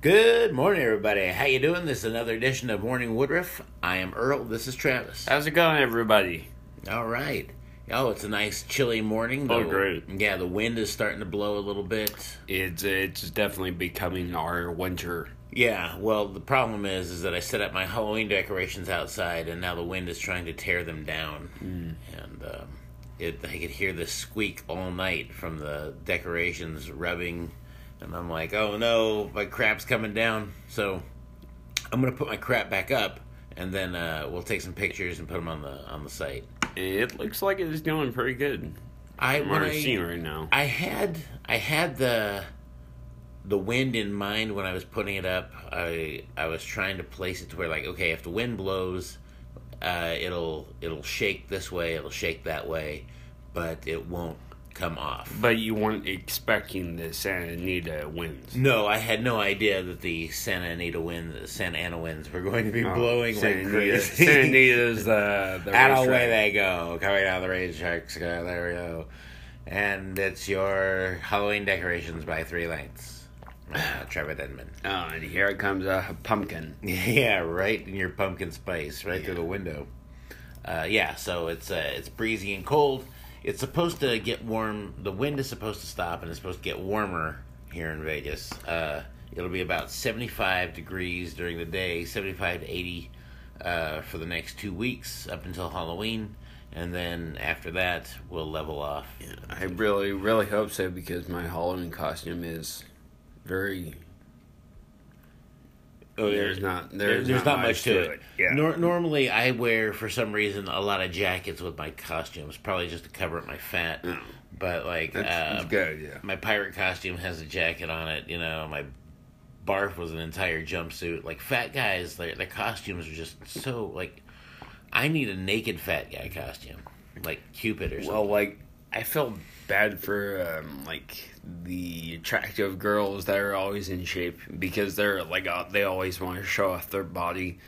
Good morning, everybody. How you doing? This is another edition of Morning Woodruff. I am Earl. This is Travis. How's it going, everybody? All right. Oh, it's a nice chilly morning. Oh, The- great. Yeah, the wind is starting to blow a little bit. It's it's definitely becoming our winter. Yeah. Well, the problem is, is that I set up my Halloween decorations outside, and now the wind is trying to tear them down. And um, it, I could hear the squeak all night from the decorations rubbing, and I'm like, oh no, my crap's coming down. So I'm gonna put my crap back up, and then uh, we'll take some pictures and put them on the on the site. It looks like it's doing pretty good. I From when what I'm I- seeing right now. I had I had the the wind in mind when I was putting it up. I I was trying to place it to where like okay, if the wind blows, uh, it'll it'll shake this way, it'll shake that way, but it won't come off. But you weren't expecting the Santa Anita winds. No, I had no idea that the Santa Anita winds, Santa Ana winds, were going to be blowing Oh, Santa like Anita- crazy. Santa Anita's the the Out racetrack. of way they go, coming out of the rain sharks. Go, there we go. And it's your Halloween decorations by Three Lights, uh, Trevor Denman. Oh, and here comes a pumpkin. Yeah, right in your pumpkin spice, right through the window. Uh, yeah, so it's uh, it's breezy and cold. It's supposed to get warm. The wind is supposed to stop, and it's supposed to get warmer here in Vegas. Uh, it'll be about seventy-five degrees during the day, seventy-five to eighty uh, for the next two weeks up until Halloween, and then after that we'll level off. I really, really hope so because my Halloween costume is very. Oh, There's not There- there's, not, much to it. Yeah. Nor- normally, I wear for some reason a lot of jackets with my costumes, probably just to cover up my fat. Mm. But like, That's, uh, that's good. Yeah. my pirate costume has a jacket on it. You know, my barf was an entire jumpsuit. Like fat guys, their their costumes are just so like. I need a naked fat guy costume, like Cupid or something. Well, like I felt bad for um, like the attractive girls that are always in shape because they're like uh, they always want to show off their body,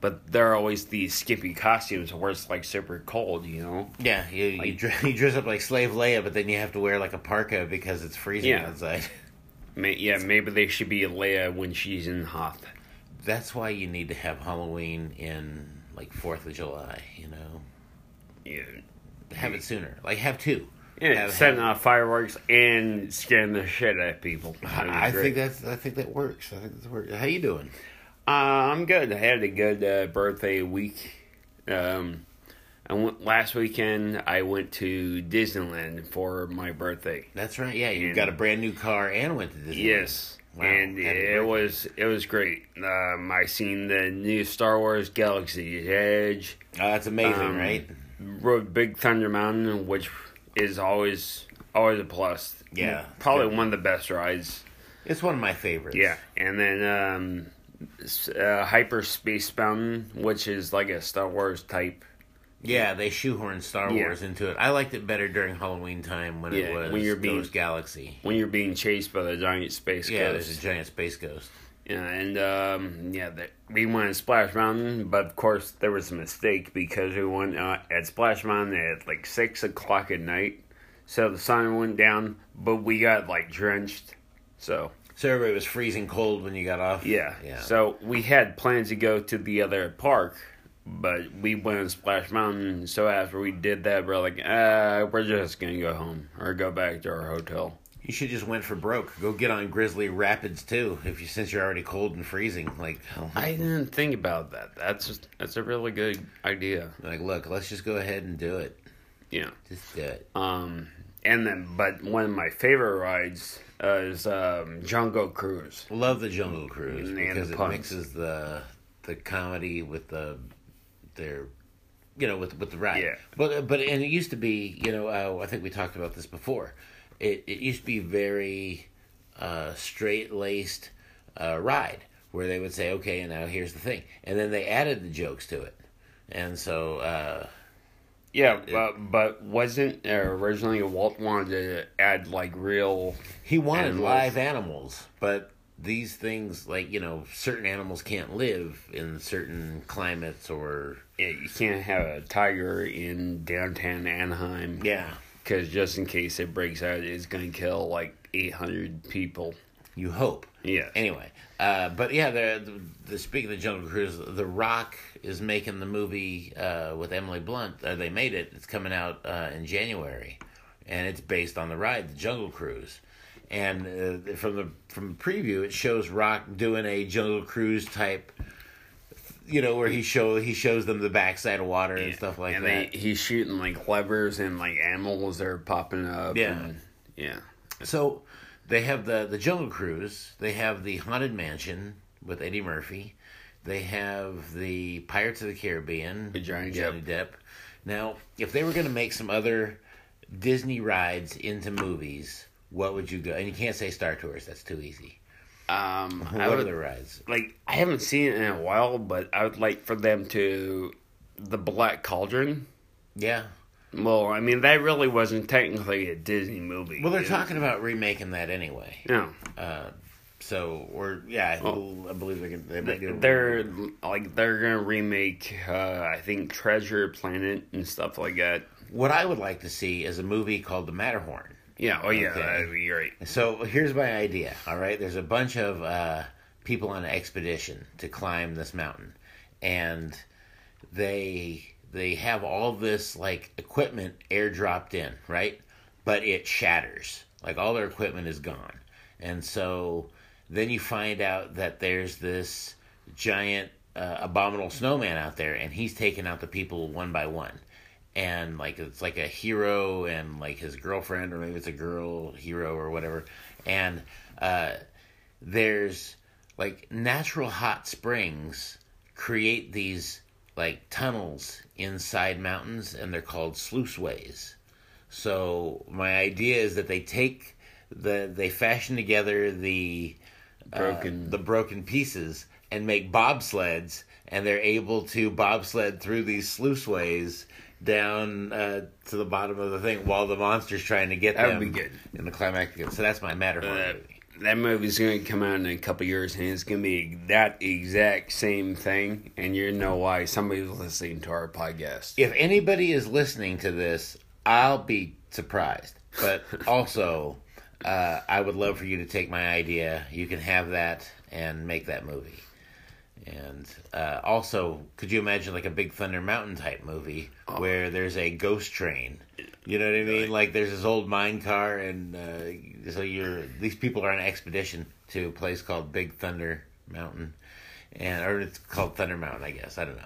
but they're always these skimpy costumes where it's like super cold, you know. yeah, you you, dress, you dress up like Slave Leia, but then you have to wear like a parka because it's freezing Yeah. outside. May- yeah, maybe they should be Leia when she's in hot. That's why you need to have Halloween in like Fourth of July. You know, Yeah, have it sooner. Like have two. yeah Have- setting off fireworks and scaring the shit out of people. That'd be I great. think that's. I think that works. I think that's work. How you doing? Uh, I'm good. I had a good uh, birthday week. Um, I went last weekend. I went to Disneyland for my birthday. That's right. Yeah, you And- got a brand new car and went to Disney. Yes, Wow, and happy it birthday. was it was great. Um, I seen the new Star Wars Galaxy's Edge. Oh, that's amazing, Um, right? Rode Big Thunder Mountain, which is always always a plus. Yeah. probably one of the best rides. It's one of my favorites. Yeah, and then um, s- uh, Hyperspace Mountain, which is like a Star Wars type. Yeah, they shoehorned Star Yeah. Wars into it. I liked it better during Halloween time when it Yeah, was when you're being- Ghost Galaxy. when you're being chased by the giant space Yeah, there's a ghost. giant space ghost. Yeah, and um, yeah, the, we went at Splash Mountain, but of course there was a mistake because we went uh, at Splash Mountain at like six o'clock at night, so the sun went down, but we got like drenched. So So everybody was freezing cold when you got off. yeah, yeah. So we had plans to go to the other park, but we went on Splash Mountain. So after we did that, we're like, uh, we're just gonna go home or go back to our hotel. You should just went for broke. Go get on Grizzly Rapids too, if you since you're already cold and freezing. Like, I didn't think about that. That's that's a really good idea. like look, let's just go ahead and do it. Yeah. Just do it. Um, and then, but one of my favorite rides uh, is um, Jungle Cruise. Love the Jungle Cruise And because the it puns. mixes the the comedy with the their you know with with the ride. Yeah. But but and it used to be you know uh, I think we talked about this before. It it used to be very uh, straight laced uh, ride where they would say okay and now here's the thing and then they added the jokes to it and so. uh Yeah, but, but wasn't uh, originally Walt wanted to add like real? He wanted Animals. live animals, but these things, like you know, certain animals can't live in certain climates or Yeah, you can't have a tiger in downtown Anaheim. yeah, because just in case it breaks out, it's gonna kill like eight hundred people. You hope. Yeah. Anyway, uh, but yeah, the, the, the speaking of the Jungle Cruise, The Rock is making the movie uh, with Emily Blunt. Uh, they made it. It's coming out uh, in January, and it's based on the ride, The Jungle Cruise. And uh, from the from the preview, it shows Rock doing a Jungle Cruise type. You know where he show he shows them the backside of water and stuff like and that. They, he's shooting like levers and like animals are popping up. Yeah. and- yeah. So they have the the Jungle Cruise. They have the Haunted Mansion with Eddie Murphy. They have the Pirates of the Caribbean With Johnny Johnny Depp. Now, if they were going to make some other Disney rides into movies, what would you go? And you can't say Star Tours; that's too easy. Um, I What would, other rides? like I haven't seen it in a while, but I would like for them to the Black Cauldron. Yeah. Well, I mean that really wasn't technically a Disney movie. Well, they're It- talking about remaking that anyway. No, Uh, so, or yeah, I, I believe they can. They might do. they're like they're gonna remake. Uh, I think Treasure Planet and stuff like that. what I would like to see is a movie called The Matterhorn. Yeah. Oh yeah. Okay. that'd be great. So here's my idea. All right, there's a bunch of uh, people on an expedition to climb this mountain, and they they have all this like equipment airdropped in, right? But it shatters. Like all their equipment is gone, and so then you find out that there's this giant uh, abominable snowman out there, and he's taking out the people one by one and like it's like a hero and like his girlfriend or maybe it's a girl hero or whatever and uh there's like natural hot springs create these like tunnels inside mountains and they're called sluiceways so my idea is that they take the they fashion together the Broken. the broken pieces and make bobsleds, and they're able to bobsled through these sluiceways down uh, to the bottom of the thing while the monster's trying to get That them would be good. Uh, in the climactic. So that's my Matterhorn that, movie. that movie's gonna come out in a couple years, and it's gonna be that exact same thing. And you know why? Somebody's listening to our podcast. If anybody is listening to this, I'll be surprised. But also, uh, I would love for you to take my idea. You can have that and make that movie. And uh, also, could you imagine like a Big Thunder Mountain type movie Oh. where there's a ghost train? You know what I mean? Like there's this old mine car, and uh, so you're these people are on an expedition to a place called Big Thunder Mountain, and or it's called Thunder Mountain, I guess. I don't know.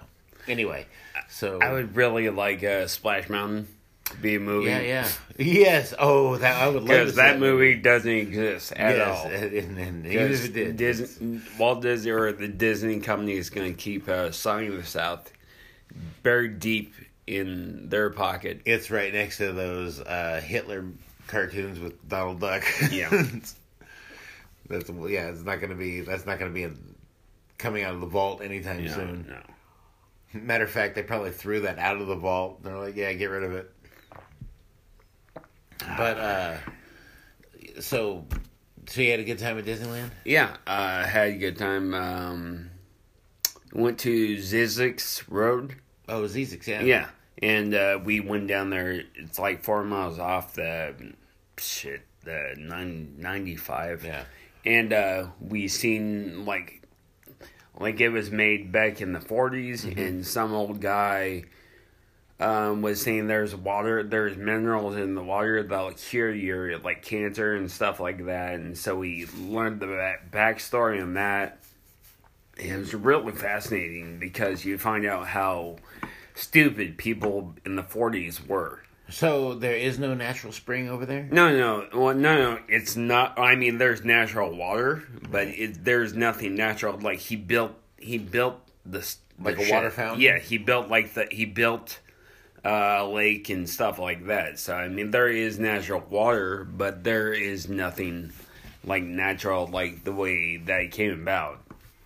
Anyway, so I would really like uh, Splash Mountain to be a movie. yeah, yeah, yes. Oh, that I would love to Because see that movie doesn't exist at Yes, all. and, and, and even if it did, Disney, Walt Disney or the Disney company is going to keep uh, Song of the South buried deep in their pocket. it's right next to those uh, Hitler cartoons with Donald Duck. Yeah. that's yeah. It's not gonna be. That's not gonna be in, coming out of the vault anytime No, soon. no. Matter of fact, they probably threw that out of the vault. They're like, yeah, get rid of it. Ah. But uh, so, so you had a good time at Disneyland. Yeah, uh, had a good time. Um, went to Zizix Road. Oh, Zizek's yeah. Yeah, and uh, we went down there. It's like four miles off the shit, the nine ninety five. Yeah. and uh, we seen like like it was made back in the 40s and some old guy um, was saying there's water there's minerals in the water that'll cure your like cancer and stuff like that and so we learned the back- backstory on that and it was really fascinating because you find out how stupid people in the 40s were So there is no natural spring over there. no, no, well, no, no. It's not. I mean, there's natural water, but it, there's nothing natural. Like he built, he built this Like the a water fountain? Yeah, he built like the he built uh, lake and stuff like that. So I mean, there is natural water, but there is nothing like natural like the way that it came about.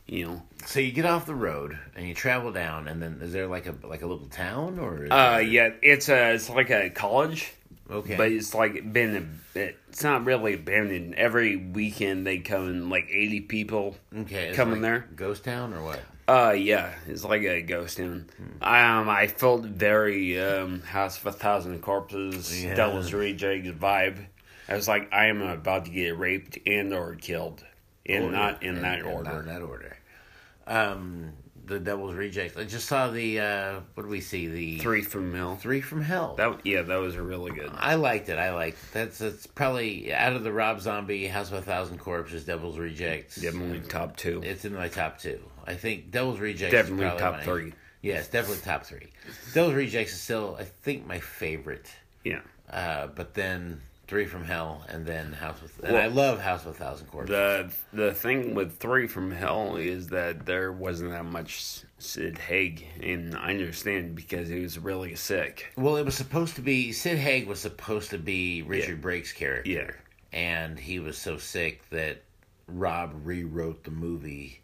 You know. So you get off the road and you travel down, and then is there like a like a little town or? Is Uh, yeah, it's a it's like a college. okay. But it's like been it's not really abandoned. Every weekend they come in like eighty people okay, it's like coming there. ghost town or what? Uh, yeah, it's like a ghost town. Hmm. Um, I felt very um House of a Thousand Corpses, Yeah. Devil's Rejects vibe. I was like, I am about to get raped and or killed, and not in that and order. Not in that order. Um, the Devil's Rejects. I just saw the uh, what did we see? The Three from Hell. Three from Hell. That yeah, that was really good. I liked it. I liked it. that's that's probably out of the Rob Zombie House of a Thousand Corpses, Devil's Rejects. Definitely top two. It's in my top two. I think Devil's Rejects is Definitely probably top my- three. Yes, definitely top three. Devil's Rejects is still, I think, my favorite. Yeah. Uh, but then Three from Hell, and then House with. And Well- I love House with a Thousand Corpses. The the thing with Three from Hell is that there wasn't that much Sid Haig, and I understand because he was really sick. well, it was supposed to be Sid Haig was supposed to be Richard Brake's character. Yeah. and he was so sick that Rob rewrote the movie.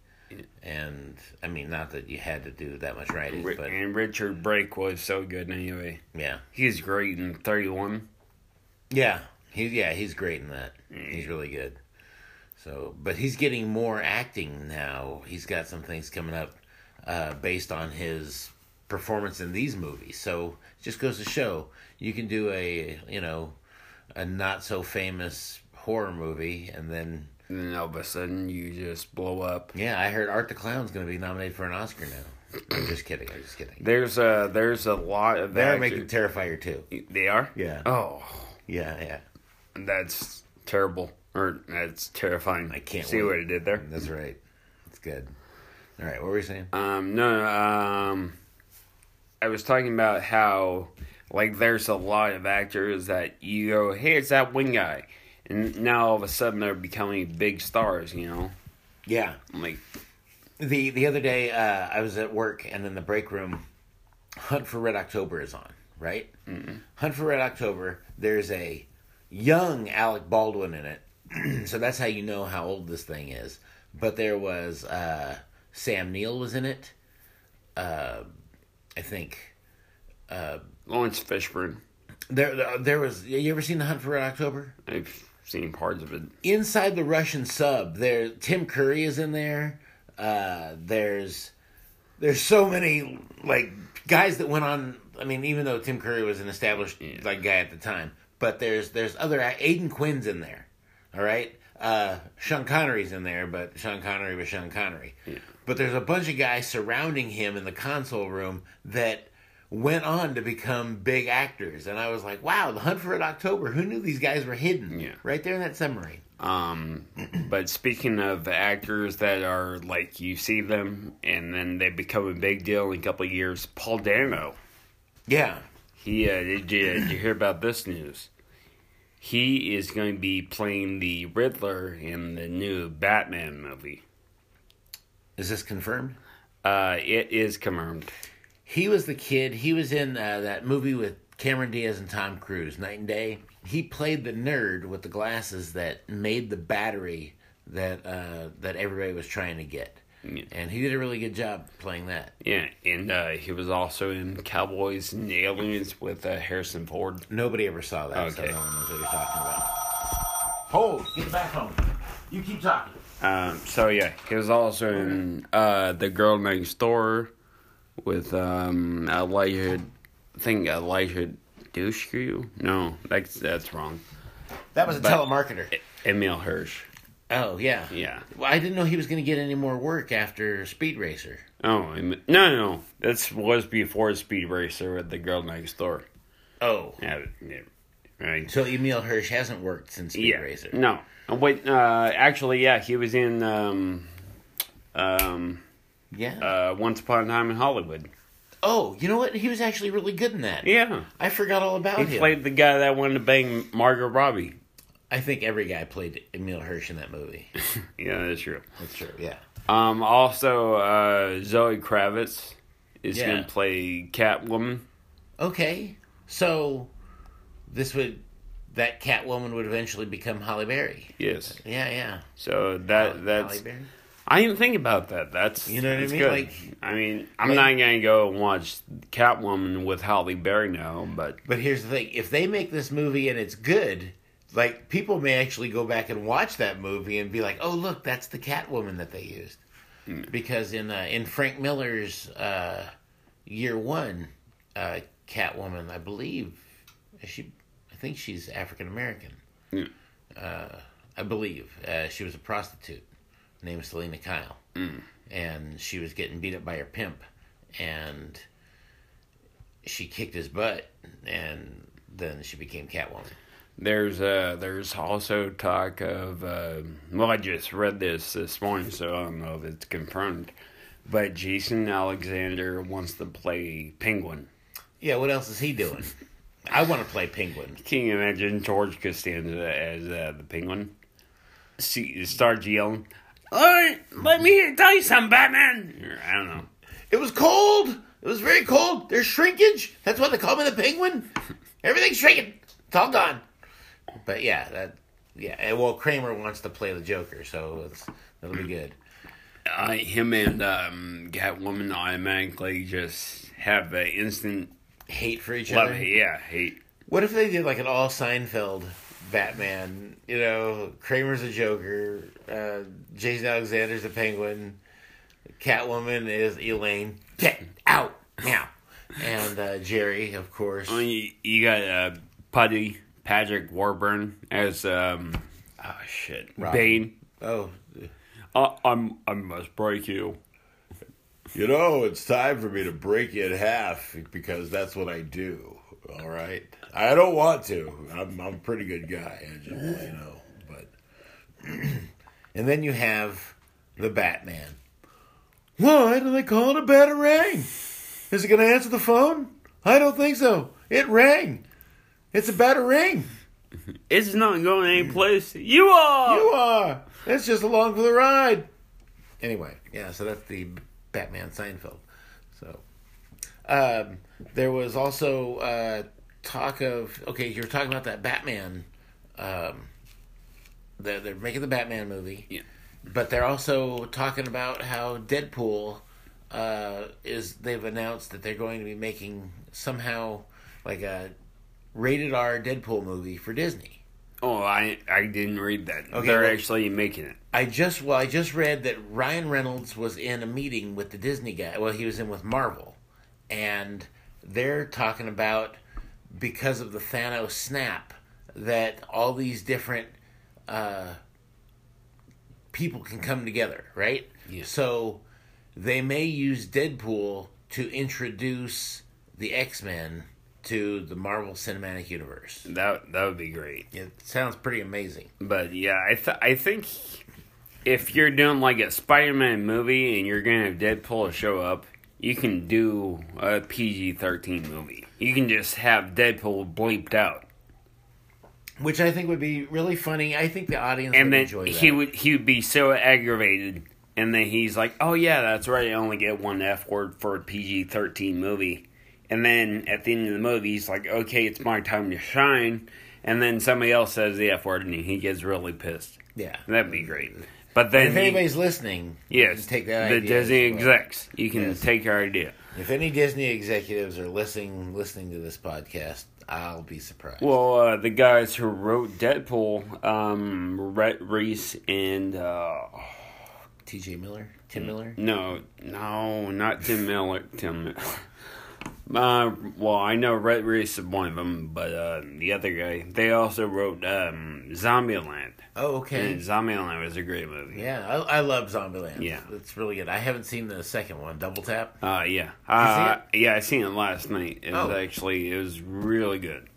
And I mean, not that you had to do that much writing, Ri- but and Richard Brake was so good anyway. yeah, He's great in 31. yeah, he yeah he's great in that. He's really good. So, but he's getting more acting now. He's got some things coming up uh, based on his performance in these movies. So, it just goes to show you can do a you know a not so famous horror movie and then And then all of a sudden you just blow up. Yeah, I heard Art the Clown's going to be nominated for an Oscar now. I'm just kidding. I'm just kidding. There's a there's a lot of They're actor- making Terrifier too. they are Yeah. oh Yeah, yeah. that's terrible or that's terrifying. I can't see wait. what I did there. That's right. It's good. All right, what were you saying? Um, no, no, um, I was talking about how, like, there's a lot of actors that you go, hey, it's that one guy. And now all of a sudden they're becoming big stars, you know? Yeah. I'm like, The the other day uh, I was at work and in the break room Hunt for Red October is on, right? Hunt for Red October, there's a young Alec Baldwin in it. so that's how you know how old this thing is. But there was uh, Sam Neill was in it. Uh, I think Lawrence Fishburne. There, uh, there was. You ever seen The Hunt for Red October? I've seen parts of it. Inside the Russian sub, there Tim Curry is in there. Uh, there's, there's so many like guys that went on. I mean, even though Tim Curry was an established like guy at the time, but there's there's other Aiden Quinn's in there. All right, uh, Sean Connery's in there, but Sean Connery was Sean Connery. But there's a bunch of guys surrounding him in the console room that went on to become big actors, and I was like, wow, The Hunt for Red October. Who knew these guys were hidden? Yeah. right there in that submarine. Um, but speaking of actors that are like, you see them and then they become a big deal in a couple of years, Paul Dano. Yeah. He uh, did, you, did you hear about this news? He is going to be playing the Riddler in the new Batman movie. Is this confirmed? Uh, it is confirmed. He was the kid. He was in uh, that movie with Cameron Diaz and Tom Cruise, Night and Day. He played the nerd with the glasses that made the battery that uh, that everybody was trying to get. Yeah. And he did a really good job playing that. Yeah, and uh, he was also in Cowboys and Aliens with uh, Harrison Ford. Nobody ever saw that, so Okay. no one knows what you're talking about. Hold! Get back home. You keep talking. Um, so yeah, he was also in uh, The Girl Next Door with um, Elijah. I think Elijah Dushku. No, that's that's wrong. That was a But- telemarketer. Emil Hirsch. Oh yeah. Yeah. Well, I didn't know he was going to get any more work after Speed Racer. Oh I mean- no, no, no! This was before Speed Racer with the girl next door. Oh. Yeah, yeah, right. So Emil Hirsch hasn't worked since Speed Yeah. Racer. No. Uh, Wait. Uh, actually, yeah, he was in um, um, Yeah. uh, Once Upon a Time in Hollywood. oh, you know what? He was actually really good in that. Yeah, I forgot all about he him. played the guy that wanted to bang Margot Robbie. I think every guy played Emil Hirsch in that movie. Yeah, that's true. That's true. Yeah. Um, also, uh, Zoe Kravitz is Yeah. going to play Catwoman. Okay. So this would that Catwoman would eventually become Holly Berry. Yes. Yeah, yeah. So that Halle that's. Berry. I didn't think about that. That's You know what I that's mean? Good. Like- I mean, I'm like- not gonna go and watch Catwoman with Holly Berry now, but But here's the thing: if they make this movie and it's good, like people may actually go back and watch that movie and be like, "Oh, look, that's the Catwoman that they used." because in uh, in Frank Miller's uh, Year One, uh, Catwoman, I believe, is she, I think she's African American. Yeah. I believe uh, she was a prostitute named Selena Kyle, and she was getting beat up by her pimp, and she kicked his butt, and then she became Catwoman. There's uh there's also talk of uh, well I just read this this morning so I don't know if it's confirmed, but Jason Alexander wants to play Penguin. Yeah, what else is he doing? I want to play Penguin. Can you imagine George Costanza as uh, the Penguin? See, starts yelling, "All right, let me tell you something, Batman." Or, I don't know. It was cold. It was very cold. There's shrinkage. That's why they call me the penguin. Everything's shrinking. It's all gone. But yeah, that yeah. And well, Kramer wants to play the Joker, so it's that'll be good. I, him and um, Catwoman automatically just have the instant Hate for each love. other. Yeah, hate. What if they did like an all Seinfeld Batman? You know, Kramer's a Joker. Uh, Jason Alexander's a Penguin. Catwoman is Elaine. Get out now. And uh, Jerry, of course. Well, You, you got uh, Putty Patrick Warburton as um oh shit Robin. Bane. Oh, Uh, I'm I must break you. You know, it's time for me to break you in half because that's what I do. All right, I don't want to. I'm I'm a pretty good guy, I just want you to know. But and then you have the Batman. Why do they call it a batarang? Is it going to answer the phone? I don't think so. It rang. It's a batarang. It's not going anyplace. You are. You are. It's just along for the ride. Anyway, yeah, so that's the Batman Seinfeld. So um, there was also uh, talk of okay, you were talking about that Batman. Um, they're, they're making the Batman movie, Yeah. but they're also talking about how Deadpool uh, is. They've announced that they're going to be making somehow like a rated R Deadpool movie for Disney. Oh, I I didn't read that. Okay, They're well- actually making it. I just well, I just read that Ryan Reynolds was in a meeting with the Disney guy. Well, he was in with Marvel, and they're talking about because of the Thanos snap that all these different uh, people can come together, right? Yeah. So they may use Deadpool to introduce the X Men to the Marvel Cinematic Universe. That that would be great. It sounds pretty amazing. But yeah, I th- I think if you're doing like a Spider-Man movie and you're gonna have Deadpool show up, you can do a PG-13 movie. You can just have Deadpool bleeped out. which I think would be really funny. I think the audience and would then enjoy that. he would he would be so aggravated and then he's like oh yeah that's right i only get one f word for a pg-13 movie and then at the end of the movie he's like okay it's my time to shine and then somebody else says the f word and he gets really pissed yeah. that'd be great but then If he- anybody's listening, you yes can take that the idea disney as well. execs you can Yes. take our idea If any Disney executives are listening listening to this podcast, I'll be surprised. well uh, the guys who wrote deadpool um Rhett reese and uh T.J. Miller, mm. Tim Miller, No, no, not Tim Miller. Tim. Miller. Uh, well, I know Red Reese is one of them, but uh, the other guy. They also wrote um, Zombieland. Oh, okay. And Zombieland was a great movie. Yeah, I, I love Zombieland. Yeah. it's really good. I haven't seen the second one, Double Tap. Uh, yeah. Uh, it? yeah, I seen it last night. It was Oh. actually it was really good.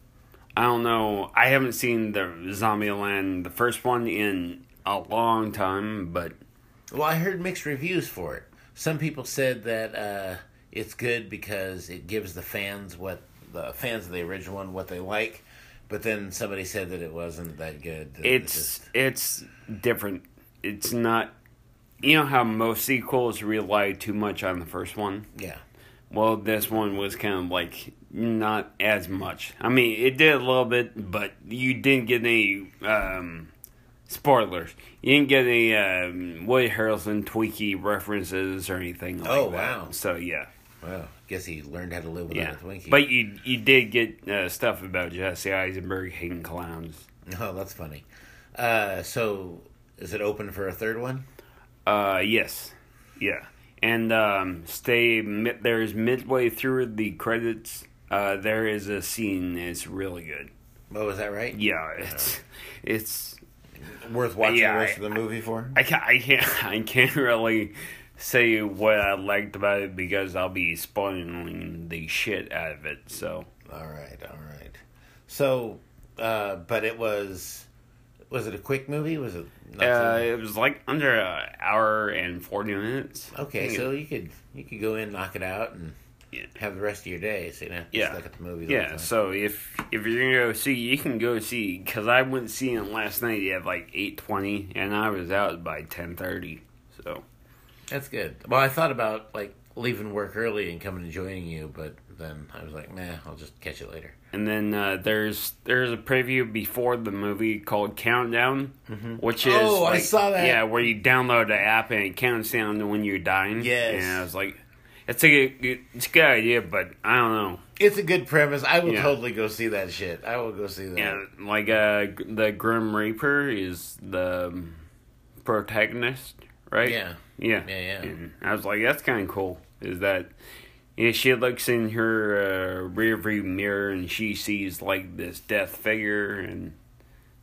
I don't know. I haven't seen the Zombieland, the first one, in a long time, but Well, I heard mixed reviews for it. Some people said that uh, it's good because it gives the fans what the fans of the original one what they like, but then somebody said that it wasn't that good. that it it's just- it's different. It's not. You know how most sequels rely too much on the first one. yeah, Well, this one was kind of like not as much. I mean, it did a little bit, but you didn't get any um, spoilers. You didn't get any um, Woody Harrelson tweaky references or anything like Oh, that. wow. So yeah, well, guess he learned how to live without yeah. a Twinkie. But you you did get uh, stuff about Jesse Eisenberg hating clowns. oh, that's funny. Uh, so, is it open for a third one? Uh, yes. Yeah, and um, stay. mi- There's midway through the credits. Uh, there is a scene. It's really good. Oh, is that right? Yeah, it's it's. Worth watching Yeah, the rest I- of the movie for? I can't. I can't. I can't really say what I liked about it because I'll be spoiling the shit out of it. So all right, all right. So, uh, but it was. Was it a quick movie? Was it. Not uh, it was like under an hour and forty minutes. okay, so you could you could go in, knock it out, and Yeah. have the rest of your day. So you don't have to Yeah. stuck at the movies. all the Yeah, time. so if if you're gonna go see, you can go see because I went seeing it last night at like eight twenty, and I was out by ten thirty. So That's good. Well, I thought about like leaving work early and coming and joining you, but then I was like, nah, I'll just catch it later. and then uh, there's there's a preview before the movie called Countdown, which is Oh, I like- saw that. Yeah, where you download the app and it counts down to when you're dying. Yes. and I was like, it's a good, it's a good idea, but I don't know. It's a good premise. I will Yeah. totally go see that shit. I will go see that. Yeah, like uh, g- the Grim Reaper is the um, protagonist, right? Yeah. yeah, Yeah, yeah. And I was like, that's kind of cool. Is that? Yeah, she looks in her uh, rear view mirror and she sees like this death figure, and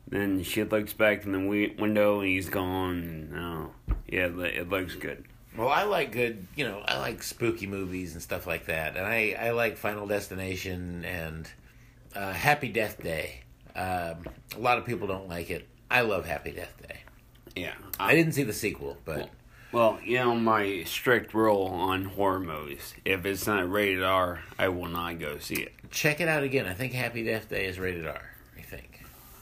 then she looks back in the wi- window and he's gone. And, oh, yeah, it, it looks good. Well, I like good, you know, I like spooky movies and stuff like that, and I I like Final Destination and uh, Happy Death Day. Um, a lot of people don't like it. I love Happy Death Day. Yeah. I didn't see the sequel, but Well, you know my strict rule on horror movies: if it's not rated R, I will not go see it. check it out again. I think Happy Death Day is rated R. I think.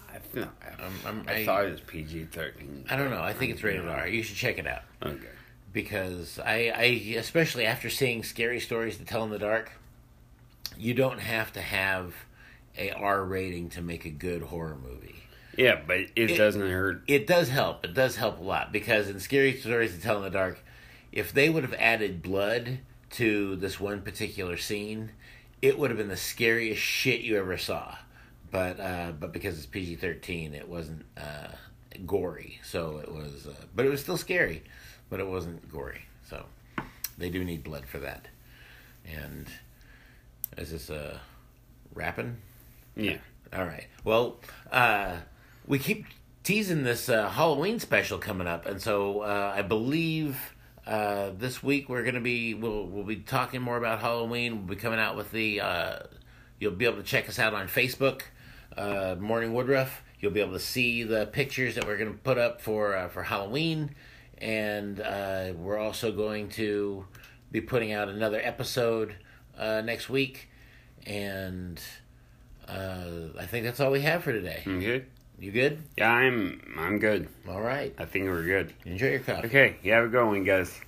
I, th- Um, I'm- I I- thought it was PG thirteen. I don't know. I think it's rated R. You should check it out. Okay. because I, I especially after seeing scary stories to tell in the dark you don't have to have a r rating to make a good horror movie Yeah, but it, doesn't hurt. it does help it does help a lot because in scary stories to tell in the dark if they would have added blood to this one particular scene it would have been the scariest shit you ever saw but uh, but because it's pg-13 it wasn't uh, gory so it was uh, but it was still scary but it wasn't gory so they do need blood for that and is this uh, rapping Yeah. all right. Well, uh, we keep teasing this uh, Halloween special coming up, and so uh, I believe uh, this week we're gonna be we'll we'll be talking more about Halloween. We'll be coming out with the. Uh, you'll be able to check us out on Facebook, uh, Morning Woodruff. You'll be able to see the pictures that we're gonna put up for uh, for Halloween, and uh, we're also going to be putting out another episode uh, next week, and. Uh, I think that's all we have for today. You good? You good? Yeah, I'm. I'm good. All right. I think we're good. Enjoy your coffee. Okay. You have a good one, guys.